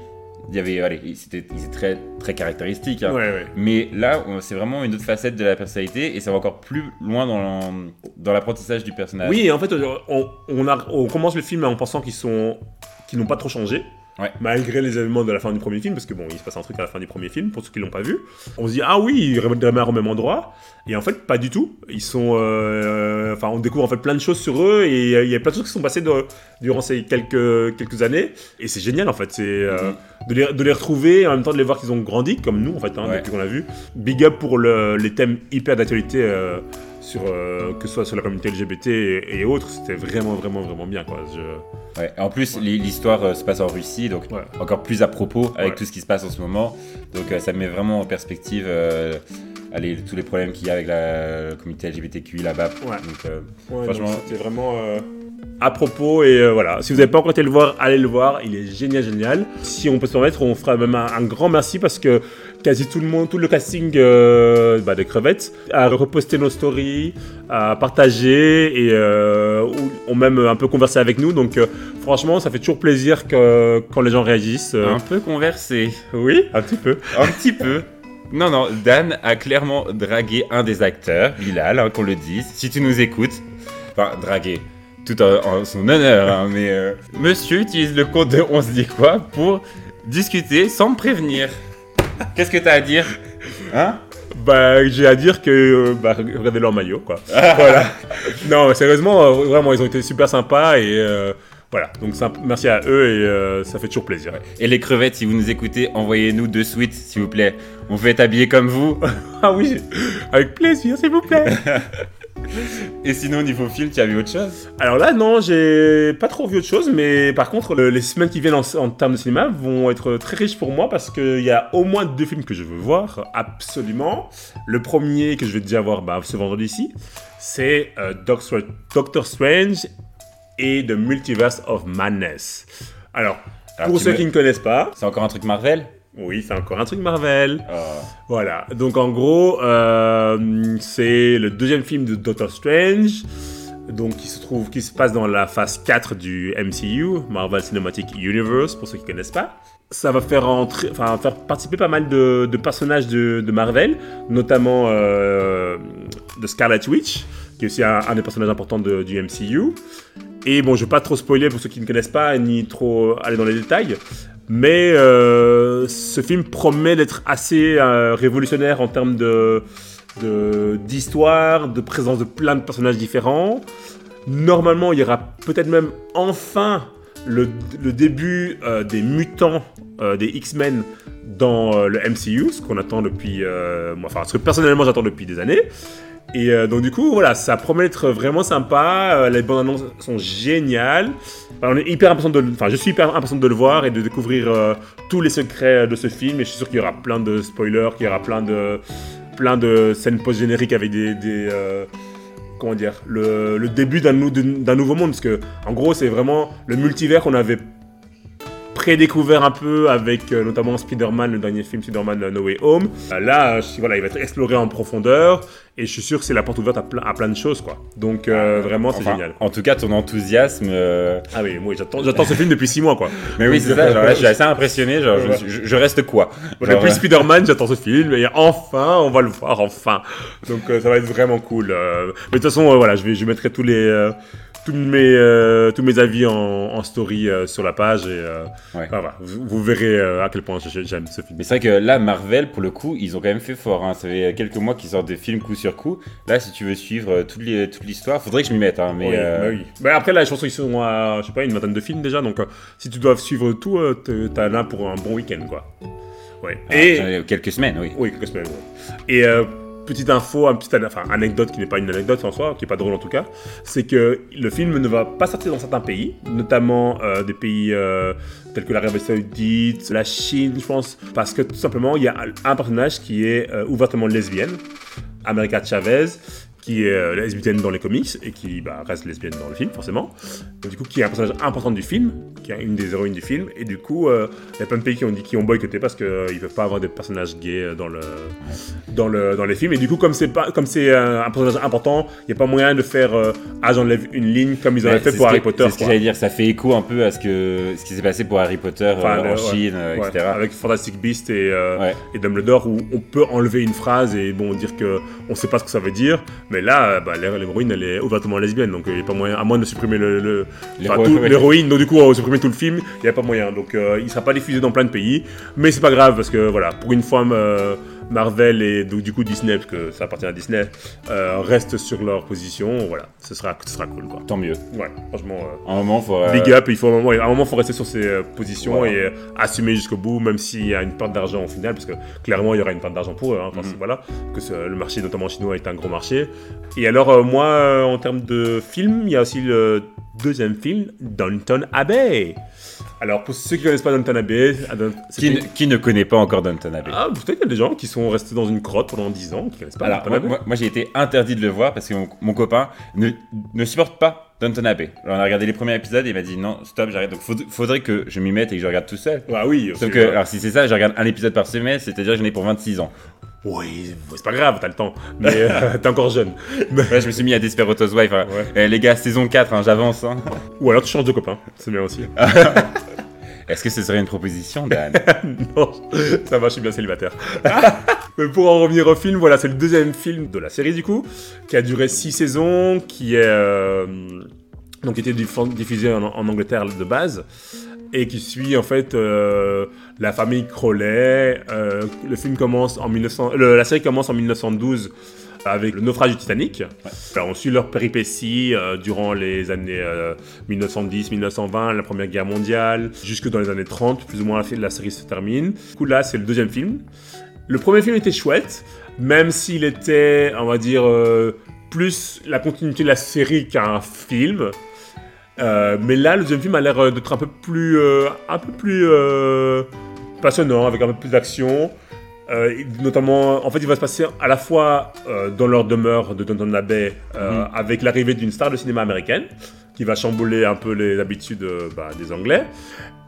[SPEAKER 1] Il y avait, allez, ils étaient, ils étaient très, très caractéristiques. hein.
[SPEAKER 2] Ouais, ouais.
[SPEAKER 1] Mais là, on- c'est vraiment une autre facette de la personnalité et ça va encore plus loin dans l'en- dans l'apprentissage du personnage.
[SPEAKER 2] Oui, en fait, euh, on, on a- on commence le film en pensant qu'ils sont, qu'ils n'ont pas trop changé.
[SPEAKER 1] Ouais.
[SPEAKER 2] Malgré les événements de la fin du premier film, parce que bon, il se passe un truc à la fin du premier film, pour ceux qui l'ont pas vu, on se dit ah oui, ils redémarrent au même endroit, et en fait pas du tout. Ils sont, euh, enfin, on découvre en fait plein de choses sur eux, et euh, il y a plein de choses qui sont passées de- durant ces quelques quelques années, et c'est génial en fait, c'est euh,
[SPEAKER 1] Mhm.
[SPEAKER 2] de, les, de les retrouver, et en même temps de les voir qu'ils ont grandi comme nous en fait, hein,
[SPEAKER 1] Ouais.
[SPEAKER 2] depuis qu'on l'a vu. Big up pour le- les thèmes hyper d'actualité. euh, sur, euh, que ce soit sur la communauté LGBT et, et autres, c'était vraiment, vraiment, vraiment bien. Quoi. Je-
[SPEAKER 1] Ouais. En plus, l'hi- l'histoire euh, se passe en Russie, donc
[SPEAKER 2] Ouais.
[SPEAKER 1] encore plus à propos avec
[SPEAKER 2] Ouais.
[SPEAKER 1] tout ce qui se passe en ce moment. Donc euh, ça met vraiment en perspective euh, allez, tous les problèmes qu'il y a avec la, le comité LGBTQI là-bas.
[SPEAKER 2] Ouais.
[SPEAKER 1] Donc, euh, Franchement.
[SPEAKER 2] Franchement, c'était vraiment euh, à propos. Et euh, voilà, si vous n'avez pas encore été le voir, allez le voir. Il est génial, génial. Si on peut se permettre, on fera même un, un grand merci parce que quasi tout le monde, tout le casting euh, bah, des crevettes a reposté nos stories, a partagé et euh, ou- ont même un peu conversé avec nous. Donc euh, franchement, ça fait toujours plaisir que, quand les gens réagissent. euh.
[SPEAKER 1] un peu conversé,
[SPEAKER 2] Oui, un petit peu.
[SPEAKER 1] un petit peu. Non, non, Dan a clairement dragué un des acteurs, Bilal, hein, qu'on le dise. Si tu nous écoutes, enfin, dragué, tout en, en son honneur, hein, mais euh, monsieur utilise le compte de On se dit quoi pour discuter sans me prévenir. Qu'est-ce que t'as à dire Hein
[SPEAKER 2] Bah, j'ai à dire que euh, bah, regardez leur maillot, quoi.
[SPEAKER 1] Ah,
[SPEAKER 2] voilà. Non, mais sérieusement, euh, vraiment, ils ont été super sympas et euh, voilà. Donc, ça- merci à eux et euh, ça fait toujours plaisir.
[SPEAKER 1] Et les crevettes, si vous nous écoutez, envoyez-nous de suite, s'il vous plaît. On veut être habillés comme vous.
[SPEAKER 2] Ah oui, avec plaisir, s'il vous plaît.
[SPEAKER 1] Et sinon, au niveau film, tu as vu autre chose
[SPEAKER 2] Alors là, non, j'ai pas trop vu autre chose, mais par contre, le- les semaines qui viennent en, en termes de cinéma vont être très riches pour moi parce qu'il y a au moins deux films que je veux voir, absolument. Le premier que je vais déjà voir bah, ce vendredi-ci, c'est euh, Doctor, Doctor Strange et The Multiverse of Madness. Alors,
[SPEAKER 1] Alors,
[SPEAKER 2] pour
[SPEAKER 1] tu
[SPEAKER 2] ceux
[SPEAKER 1] me-
[SPEAKER 2] qui ne connaissent pas,
[SPEAKER 1] C'est encore un truc Marvel
[SPEAKER 2] oui, c'est encore un truc Marvel.
[SPEAKER 1] Oh.
[SPEAKER 2] Voilà, donc en gros, euh, c'est le deuxième film de Doctor Strange, donc qui se trouve, qui se passe dans la phase 4 du MCU, Marvel Cinematic Universe, pour ceux qui connaissent pas. Ça va faire, entrer, enfin, faire participer pas mal de, de personnages de, de Marvel, notamment euh, de Scarlet Witch, qui est aussi un, un des personnages importants de- du MCU. Et bon, je vais pas trop spoiler pour ceux qui ne connaissent pas, ni trop aller dans les détails. Mais euh, ce film promet d'être assez euh, révolutionnaire en termes de de- d'histoire, de, présence de plein de personnages différents. Normalement, il y aura peut-être même enfin le, le début euh, des mutants, euh, des X-Men dans euh, le MCU, ce qu'on attend depuis. euh, moi, enfin, ce que personnellement j'attends depuis des années. Et euh, donc, du coup, voilà, ça promet d'être vraiment sympa. euh, les bandes annonces sont géniales. Enfin, on est hyper impatient de le- Enfin, je suis hyper impatient de le voir et de découvrir euh, tous les secrets de ce film. Et je suis sûr qu'il y aura plein de spoilers, qu'il y aura plein de, plein de scènes post-génériques avec des. des, euh, comment dire Le, le début d'un nou- d'un nouveau monde. Parce que, en gros, c'est vraiment le multivers qu'on avait prédécouvert un peu avec euh, notamment Spider-Man, le dernier film Spider-Man euh, No Way Home. Euh, là, euh, je- voilà, il va être exploré en profondeur et je suis sûr que c'est la porte ouverte à, plein- à plein de choses, quoi. Donc euh, vraiment, c'est
[SPEAKER 1] Enfin,
[SPEAKER 2] génial.
[SPEAKER 1] En tout cas, ton enthousiasme. euh,
[SPEAKER 2] Ah oui, moi j'attends, j'attends ce film depuis 6 mois, quoi.
[SPEAKER 1] Mais oui, c'est ça. Genre là, je suis assez impressionné. Genre, je, je- je reste quoi
[SPEAKER 2] Bon,
[SPEAKER 1] Genre,
[SPEAKER 2] depuis
[SPEAKER 1] euh,
[SPEAKER 2] Spider-Man, j'attends ce film et enfin, on va le voir, enfin. Donc euh, ça va être vraiment cool. euh. Mais de toute façon, euh, voilà, je vais, je mettrai tous les, euh, tous mes, euh, tous mes avis en, en story euh, sur la page et euh,
[SPEAKER 1] Ouais.
[SPEAKER 2] voilà, vous, vous verrez euh, à quel point je- j'aime ce film.
[SPEAKER 1] Mais c'est vrai que là, Marvel, pour le coup, ils ont quand même fait fort. Hein. Ça fait quelques mois qu'ils sortent des films coup sur coup. Là, si tu veux suivre euh, toute l'hi- toute l'histoire, faudrait que je m'y mette. Hein, mais
[SPEAKER 2] Oui,
[SPEAKER 1] euh,
[SPEAKER 2] bah oui. Mais après, là, je pense qu'ils sont à, je sais pas, une vingtaine de films déjà, donc euh, si tu dois suivre tout, euh, t'es- t'as là pour un bon week-end, quoi. Ouais.
[SPEAKER 1] ah,
[SPEAKER 2] et,
[SPEAKER 1] j'en ai quelques semaines, oui.
[SPEAKER 2] oui, quelques semaines, ouais. Et euh, petite info, un petit, enfin, anecdote qui n'est pas une anecdote en soi, qui est pas drôle en tout cas, c'est que le film ne va pas sortir dans certains pays, notamment euh, des pays euh, tels que l'Arabie Saoudite, la Chine, je pense, parce que tout simplement, il y a un personnage qui est euh, ouvertement lesbienne, America Chavez, qui est euh, lesbienne dans les comics et qui bah, reste lesbienne dans le film, forcément. Et du coup, qui est un personnage important du film, qui est une des héroïnes du film. Et du coup, euh, il y a plein de pays qui ont dit qu'ils ont boycotté parce qu'ils ne peuvent pas avoir des personnages gays euh, dans, le, dans, le, dans les films. Et du coup, comme c'est pas- comme c'est euh, un personnage important, il n'y a pas moyen de faire euh, Ah, j'enlève une ligne comme ils avaient
[SPEAKER 1] Ouais,
[SPEAKER 2] fait
[SPEAKER 1] c'est
[SPEAKER 2] pour
[SPEAKER 1] ce
[SPEAKER 2] Harry
[SPEAKER 1] que-
[SPEAKER 2] Potter.
[SPEAKER 1] C'est ce que
[SPEAKER 2] quoi.
[SPEAKER 1] j'allais dire. Ça fait écho un peu à ce, que, ce qui s'est passé pour Harry Potter
[SPEAKER 2] Enfin,
[SPEAKER 1] euh,
[SPEAKER 2] le-
[SPEAKER 1] en
[SPEAKER 2] ouais.
[SPEAKER 1] Chine, euh,
[SPEAKER 2] Ouais,
[SPEAKER 1] etc.
[SPEAKER 2] Avec Fantastic Beast et, euh,
[SPEAKER 1] Ouais.
[SPEAKER 2] et Dumbledore, où on peut enlever une phrase et bon dire que on sait pas ce que ça veut dire, mais là, euh, bah, l'hé- l'héroïne elle est ouvertement lesbienne, donc euh, il n'y a pas moyen, à moins de supprimer le, le- enfin,
[SPEAKER 1] L'héroïne,
[SPEAKER 2] tout-
[SPEAKER 1] ouais.
[SPEAKER 2] l'héroïne, donc du coup on va supprimer tout le film, il n'y a pas moyen, donc euh, il sera pas diffusé dans plein de pays, mais c'est pas grave parce que voilà, pour une fois euh, Marvel et donc, du coup Disney, parce que ça appartient à Disney, euh, restent sur leur position, voilà, ce sera, ce sera cool quoi.
[SPEAKER 1] Tant mieux.
[SPEAKER 2] Ouais, franchement. euh,
[SPEAKER 1] À un moment, faut. euh,
[SPEAKER 2] Big up, il faut à un moment, à un moment, faut rester sur ses euh, positions
[SPEAKER 1] Voilà.
[SPEAKER 2] et euh, assumer jusqu'au bout, même s'il y a une perte d'argent au final, parce que clairement il y aura une perte d'argent pour eux, hein, parce que
[SPEAKER 1] Mhm.
[SPEAKER 2] voilà, que ce- le marché notamment chinois est un gros marché. Et alors euh, moi, euh, en termes de film, il y a aussi le deuxième film, Downton Abbey. Alors pour ceux qui connaissent pas Downton Abbey, à Down-
[SPEAKER 1] Qui ne,
[SPEAKER 2] c'était-
[SPEAKER 1] qui ne connaît pas encore Downton Abbey
[SPEAKER 2] ah, peut-être qu'il y a des gens qui sont restés dans une crotte pendant 10 ans, qui connaissent pas
[SPEAKER 1] Alors,
[SPEAKER 2] Downton
[SPEAKER 1] moi,
[SPEAKER 2] Abbey.
[SPEAKER 1] moi- moi, j'ai été interdit de le voir parce que mon, mon copain ne, ne supporte pas Downton Abbey. Alors, on a regardé les premiers épisodes et il m'a dit non, stop, j'arrête. Donc, faudrait, faudrait que je m'y mette et que je regarde tout seul.
[SPEAKER 2] Ah oui,
[SPEAKER 1] Sauf
[SPEAKER 2] c'est-
[SPEAKER 1] que, alors, si c'est ça, je regarde un épisode par semaine, c'est-à-dire que j'en ai pour 26 ans.
[SPEAKER 2] oui, c'est pas grave, t'as le temps, mais euh, t'es encore jeune.
[SPEAKER 1] Là, je me suis mis à Desperate Housewives. hein.
[SPEAKER 2] Ouais.
[SPEAKER 1] Eh, les gars, saison 4, hein, j'avance. hein.
[SPEAKER 2] Ou alors tu changes de copain, c'est bien aussi.
[SPEAKER 1] Est-ce que ce serait une proposition, Dan
[SPEAKER 2] Non, ça va, je suis bien célibataire. Mais pour en revenir au film, voilà, c'est le deuxième film de la série du coup, qui a duré six saisons, qui est euh, donc était diff- diffusé en, en Angleterre de base et qui suit en fait euh, la famille Crowley. Euh, le film commence en 1900, le- la série commence en 1912 avec le naufrage du Titanic. Alors, on suit leurs péripéties euh, durant les années euh, 1910, 1920, la Première Guerre mondiale, jusque dans les années 30, plus ou moins la, fi- la série se termine. Du coup, là, c'est le deuxième film. Le premier film était chouette, même s'il était, on va dire, euh, plus la continuité de la série qu'un film. Euh, mais là, le deuxième film a l'air euh, d'être un peu plus, euh, un peu plus euh, passionnant, avec un peu plus d'action. Euh, il- notamment, en fait, il va se passer à la fois euh, dans leur demeure de Downton Abbey, euh,
[SPEAKER 1] Mhm.
[SPEAKER 2] avec l'arrivée d'une star de cinéma américaine, qui va chambouler un peu les habitudes euh, bah, des Anglais,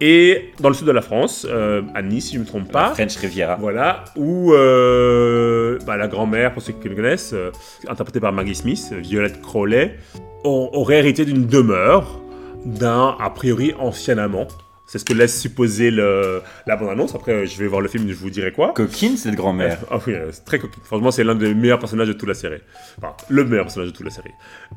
[SPEAKER 2] et dans le sud de la France, euh, à Nice, si je ne me trompe pas.
[SPEAKER 1] French Riviera.
[SPEAKER 2] Voilà, où euh, bah, la grand-mère, pour ceux qui le connaissent, euh, interprétée par Maggie Smith, euh, Violette Crowley, au- aurait hérité d'une demeure d'un, a priori, ancien amant. C'est ce que laisse supposer le, la bande-annonce. Après, euh, je vais voir le film, je vous dirai quoi.
[SPEAKER 1] Coquine, cette grand-mère.
[SPEAKER 2] Ah oui, euh, c'est très coquine. Franchement, c'est l'un des meilleurs personnages de toute la série. Enfin, le meilleur personnage de toute la série.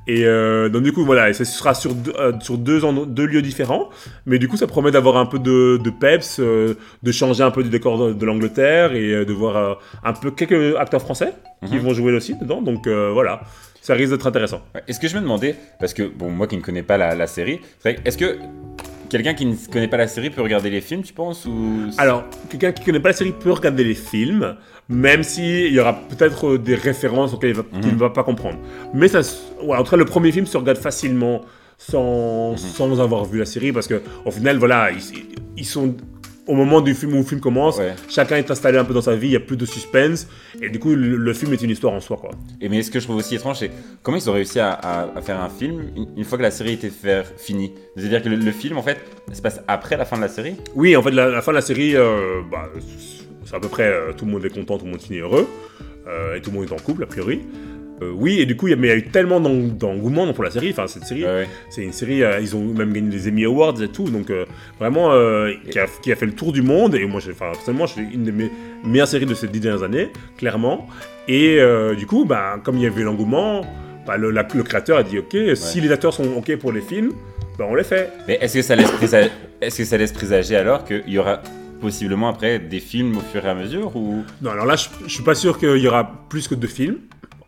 [SPEAKER 2] Et euh, donc, du coup, voilà, et ce sera sur deux, euh, sur deux, en- deux lieux différents. Mais du coup, ça promet d'avoir un peu de, de peps, euh, de changer un peu du décor de, de l'Angleterre et euh, de voir euh, un peu quelques acteurs français qui
[SPEAKER 1] Mhm.
[SPEAKER 2] vont jouer aussi dedans. Donc, euh, voilà, ça risque d'être intéressant.
[SPEAKER 1] Ouais. Est-ce que je me demandais, parce que bon, moi qui ne connais pas la, la série, c'est vrai que- est-ce que Quelqu'un qui ne connaît pas la série peut regarder les films, tu penses ou...
[SPEAKER 2] Alors, quelqu'un qui connaît pas la série peut regarder les films, même si il y aura peut-être euh, des références auxquelles il, va- qu'il ne va pas comprendre. Mais ça, se- ouais, en tout cas, le premier film se regarde facilement sans, sans avoir vu la série, parce que au final, voilà, ils, ils sont au moment du film où le film commence,
[SPEAKER 1] Ouais.
[SPEAKER 2] chacun est installé un peu dans sa vie, il y a plus de suspense, et du coup, le, le film est une histoire en soi, quoi.
[SPEAKER 1] Et mais ce que je trouve aussi étrange, c'est comment ils ont réussi à, à- à faire un film une, une fois que la série était faire, finie. C'est-à-dire que le, le film, en fait, se passe après la fin de la série.
[SPEAKER 2] Oui, en fait, la, la fin de la série, euh, bah, c'est à peu près euh, tout le monde est content, tout le monde finit heureux, euh, et tout le monde est en couple, a priori. Euh, oui, et du coup, il y a- mais il y a eu tellement d'en- d'engouement pour la série, enfin, cette série,
[SPEAKER 1] Ouais, ouais.
[SPEAKER 2] c'est une série, euh, ils ont même gagné des Emmy Awards et tout, donc euh, vraiment, euh, qui, a, qui a fait le tour du monde, et moi, j'ai- enfin, personnellement, c'est une des me- meilleures séries de ces dix dernières années, clairement, et euh, du coup, bah, comme il y avait l'engouement, bah, le, la- le créateur a dit, ok, si les acteurs sont ok pour les films, bah, on les fait.
[SPEAKER 1] Mais est-ce que ça laisse présager, est-ce que ça laisse présager alors qu'il y aura possiblement après des films au fur et à mesure ou
[SPEAKER 2] Non, alors là, je, je suis pas sûr qu'il y aura plus que deux films.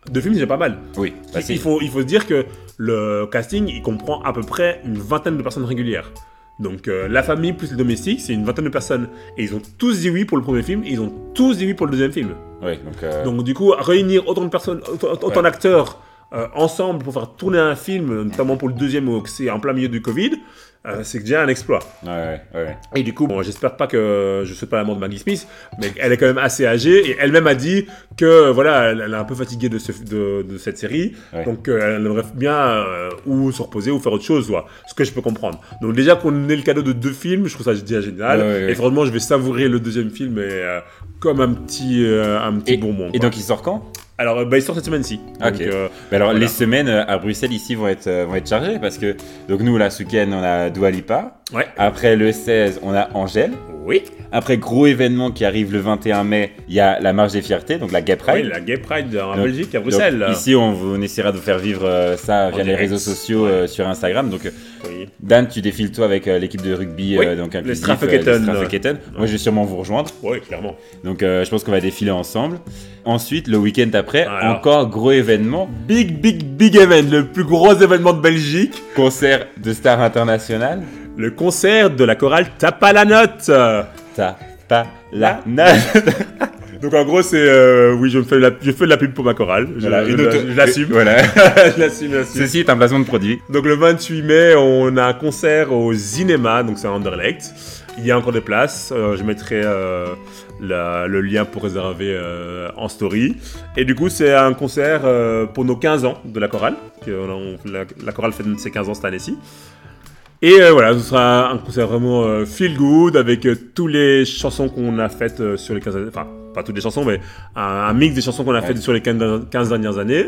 [SPEAKER 2] Deux films, c'est déjà pas mal.
[SPEAKER 1] Oui. bah, c'est-
[SPEAKER 2] il, faut, il faut se dire que le casting, il comprend à peu près une vingtaine de personnes régulières. Donc euh, la famille plus le domestique, c'est une vingtaine de personnes. Et ils ont tous dit oui pour le premier film, et ils ont tous dit oui pour le deuxième film.
[SPEAKER 1] ouais, donc, euh,
[SPEAKER 2] Donc du coup, réunir autant de personnes, autant, autant
[SPEAKER 1] Ouais.
[SPEAKER 2] d'acteurs euh, ensemble pour faire tourner un film, notamment pour le deuxième, où c'est en plein milieu du Covid, euh, c'est déjà un exploit.
[SPEAKER 1] ouais, ouais, ouais, ouais.
[SPEAKER 2] Et du coup, bon, j'espère pas que je souhaite pas la mort de Maggie Smith, mais elle est quand même assez âgée et elle-même a dit que voilà, elle, elle est un peu fatiguée de, ce- de, de cette série,
[SPEAKER 1] Ouais.
[SPEAKER 2] donc euh, elle aimerait bien euh, ou se reposer ou faire autre chose, quoi. Ce que je peux comprendre. Donc déjà qu'on ait le cadeau de deux films, je trouve ça déjà génial.
[SPEAKER 1] Ouais, ouais, ouais.
[SPEAKER 2] Et franchement, je vais savourer le deuxième film et, euh, comme un petit euh, un petit bonbon.
[SPEAKER 1] Et
[SPEAKER 2] quoi.
[SPEAKER 1] donc il sort quand
[SPEAKER 2] Alors, euh, bah, il sort cette semaine-ci.
[SPEAKER 1] Ok.
[SPEAKER 2] Donc, euh,
[SPEAKER 1] Bah alors
[SPEAKER 2] Voilà.
[SPEAKER 1] les semaines euh, à Bruxelles ici vont être euh, vont être chargées parce que donc nous là ce week-end on a Dua Lipa.
[SPEAKER 2] ouais.
[SPEAKER 1] Après le 16 on a Angèle.
[SPEAKER 2] Oui.
[SPEAKER 1] Après gros événement qui arrive le 21 mai, il y a la marche des fiertés donc la Gay Pride.
[SPEAKER 2] Oui, la Gay Pride en
[SPEAKER 1] Donc-
[SPEAKER 2] Belgique, à
[SPEAKER 1] Donc,
[SPEAKER 2] Bruxelles.
[SPEAKER 1] ici, on, vous- on essaiera de vous faire vivre euh, ça
[SPEAKER 2] En
[SPEAKER 1] via les
[SPEAKER 2] direct.
[SPEAKER 1] réseaux sociaux euh, sur Instagram. Donc, euh,
[SPEAKER 2] Oui.
[SPEAKER 1] Dan, tu défiles toi avec euh, l'équipe de rugby,
[SPEAKER 2] Oui,
[SPEAKER 1] euh, donc inclusif,
[SPEAKER 2] Straffeketten.
[SPEAKER 1] les Straffeketten. Moi, je vais sûrement vous rejoindre.
[SPEAKER 2] Ouais, clairement.
[SPEAKER 1] Donc, euh, je pense qu'on va défiler ensemble. Ensuite, le week-end après,
[SPEAKER 2] Voilà.
[SPEAKER 1] encore gros événement,
[SPEAKER 2] Big, big, big event, le plus gros événement de Belgique,
[SPEAKER 1] concert de stars internationales.
[SPEAKER 2] le concert de la chorale Tapa la note. Euh,
[SPEAKER 1] Ça, pas la nage.
[SPEAKER 2] Donc en gros, c'est euh, oui, je me fais de la, je fais de la pub pour ma chorale. Je,
[SPEAKER 1] Voilà,
[SPEAKER 2] je
[SPEAKER 1] une
[SPEAKER 2] la-
[SPEAKER 1] auto-
[SPEAKER 2] je l'assume.
[SPEAKER 1] Voilà.
[SPEAKER 2] je l'assume, je l'assume.
[SPEAKER 1] Ceci est un placement de produit.
[SPEAKER 2] Donc le 28 mai, on a un concert au cinéma, donc c'est à Anderlecht. Il y a encore des places. euh, je mettrai euh, la- le lien pour réserver euh, en story. Et du coup, c'est un concert euh, pour nos 15 ans de la chorale. parce que on a- on- la, la chorale fait ses 15 ans cette année-ci. Et euh, voilà, ce sera un concert vraiment euh, feel good avec euh, toutes les chansons qu'on a faites euh, sur les 15 années. Enfin, pas toutes les chansons, mais un, un mix des chansons qu'on a faites sur les 15, 15 dernières années.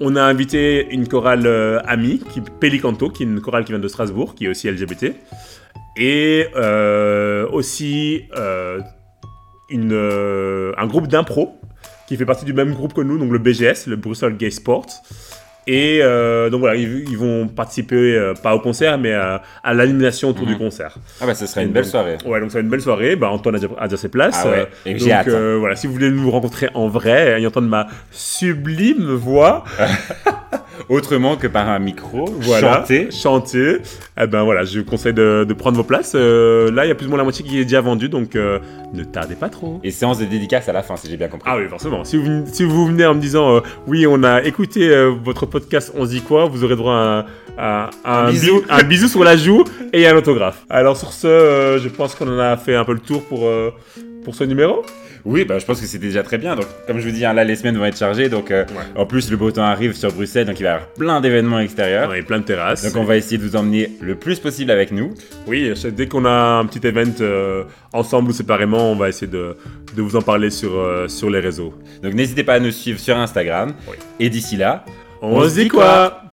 [SPEAKER 2] On a invité une chorale euh, amie, qui, Pelicanto, qui est une chorale qui vient de Strasbourg, qui est aussi LGBT. Et euh, aussi euh, une, euh, un groupe d'impro qui fait partie du même groupe que nous, donc le BGS, le Brussels Gay Sport. Et euh, donc voilà, ils, ils vont participer, euh, pas au concert, mais à, à l'animation autour
[SPEAKER 1] Mhm.
[SPEAKER 2] du concert.
[SPEAKER 1] Ah bah, ce sera une belle soirée.
[SPEAKER 2] Ouais, donc ça va être une belle soirée. Bah, Antoine a déjà, a déjà ses places.
[SPEAKER 1] Ah ouais,
[SPEAKER 2] Euh,
[SPEAKER 1] et j'ai
[SPEAKER 2] donc
[SPEAKER 1] hâte, hein.
[SPEAKER 2] euh, voilà, si vous voulez nous rencontrer en vrai et entendre ma sublime voix,
[SPEAKER 1] Autrement que par un micro,
[SPEAKER 2] voilà,
[SPEAKER 1] chanté.
[SPEAKER 2] chanter, eh ben voilà, je vous conseille de, de prendre vos places. Euh, là, il y a plus ou moins la moitié qui est déjà vendue, donc euh, ne tardez pas trop.
[SPEAKER 1] Et séance de dédicace à la fin, si j'ai bien compris.
[SPEAKER 2] Ah oui, forcément. Si vous, venez- si vous venez en me disant euh, oui, on a écouté euh, votre podcast On se dit quoi, vous aurez droit à, à- à
[SPEAKER 1] Un
[SPEAKER 2] un,
[SPEAKER 1] bisou.
[SPEAKER 2] bi- un bisou sur la joue et un autographe. Alors sur ce, euh, je pense qu'on en a fait un peu le tour pour, euh, pour ce numéro.
[SPEAKER 1] Oui, bah, je pense que c'est déjà très bien. Donc, comme je vous dis, hein, là, les semaines vont être chargées. Donc, euh,
[SPEAKER 2] Ouais.
[SPEAKER 1] en plus, le beau temps arrive sur Bruxelles, donc il va y avoir plein d'événements extérieurs.
[SPEAKER 2] On est plein de terrasses.
[SPEAKER 1] Donc, on va essayer de vous emmener le plus possible avec nous.
[SPEAKER 2] Oui, je sais, dès qu'on a un petit event euh, ensemble ou séparément, on va essayer de, de vous en parler sur, euh, sur les réseaux.
[SPEAKER 1] Donc, n'hésitez pas à nous suivre sur Instagram.
[SPEAKER 2] Oui.
[SPEAKER 1] Et d'ici là,
[SPEAKER 2] On, se dit quoi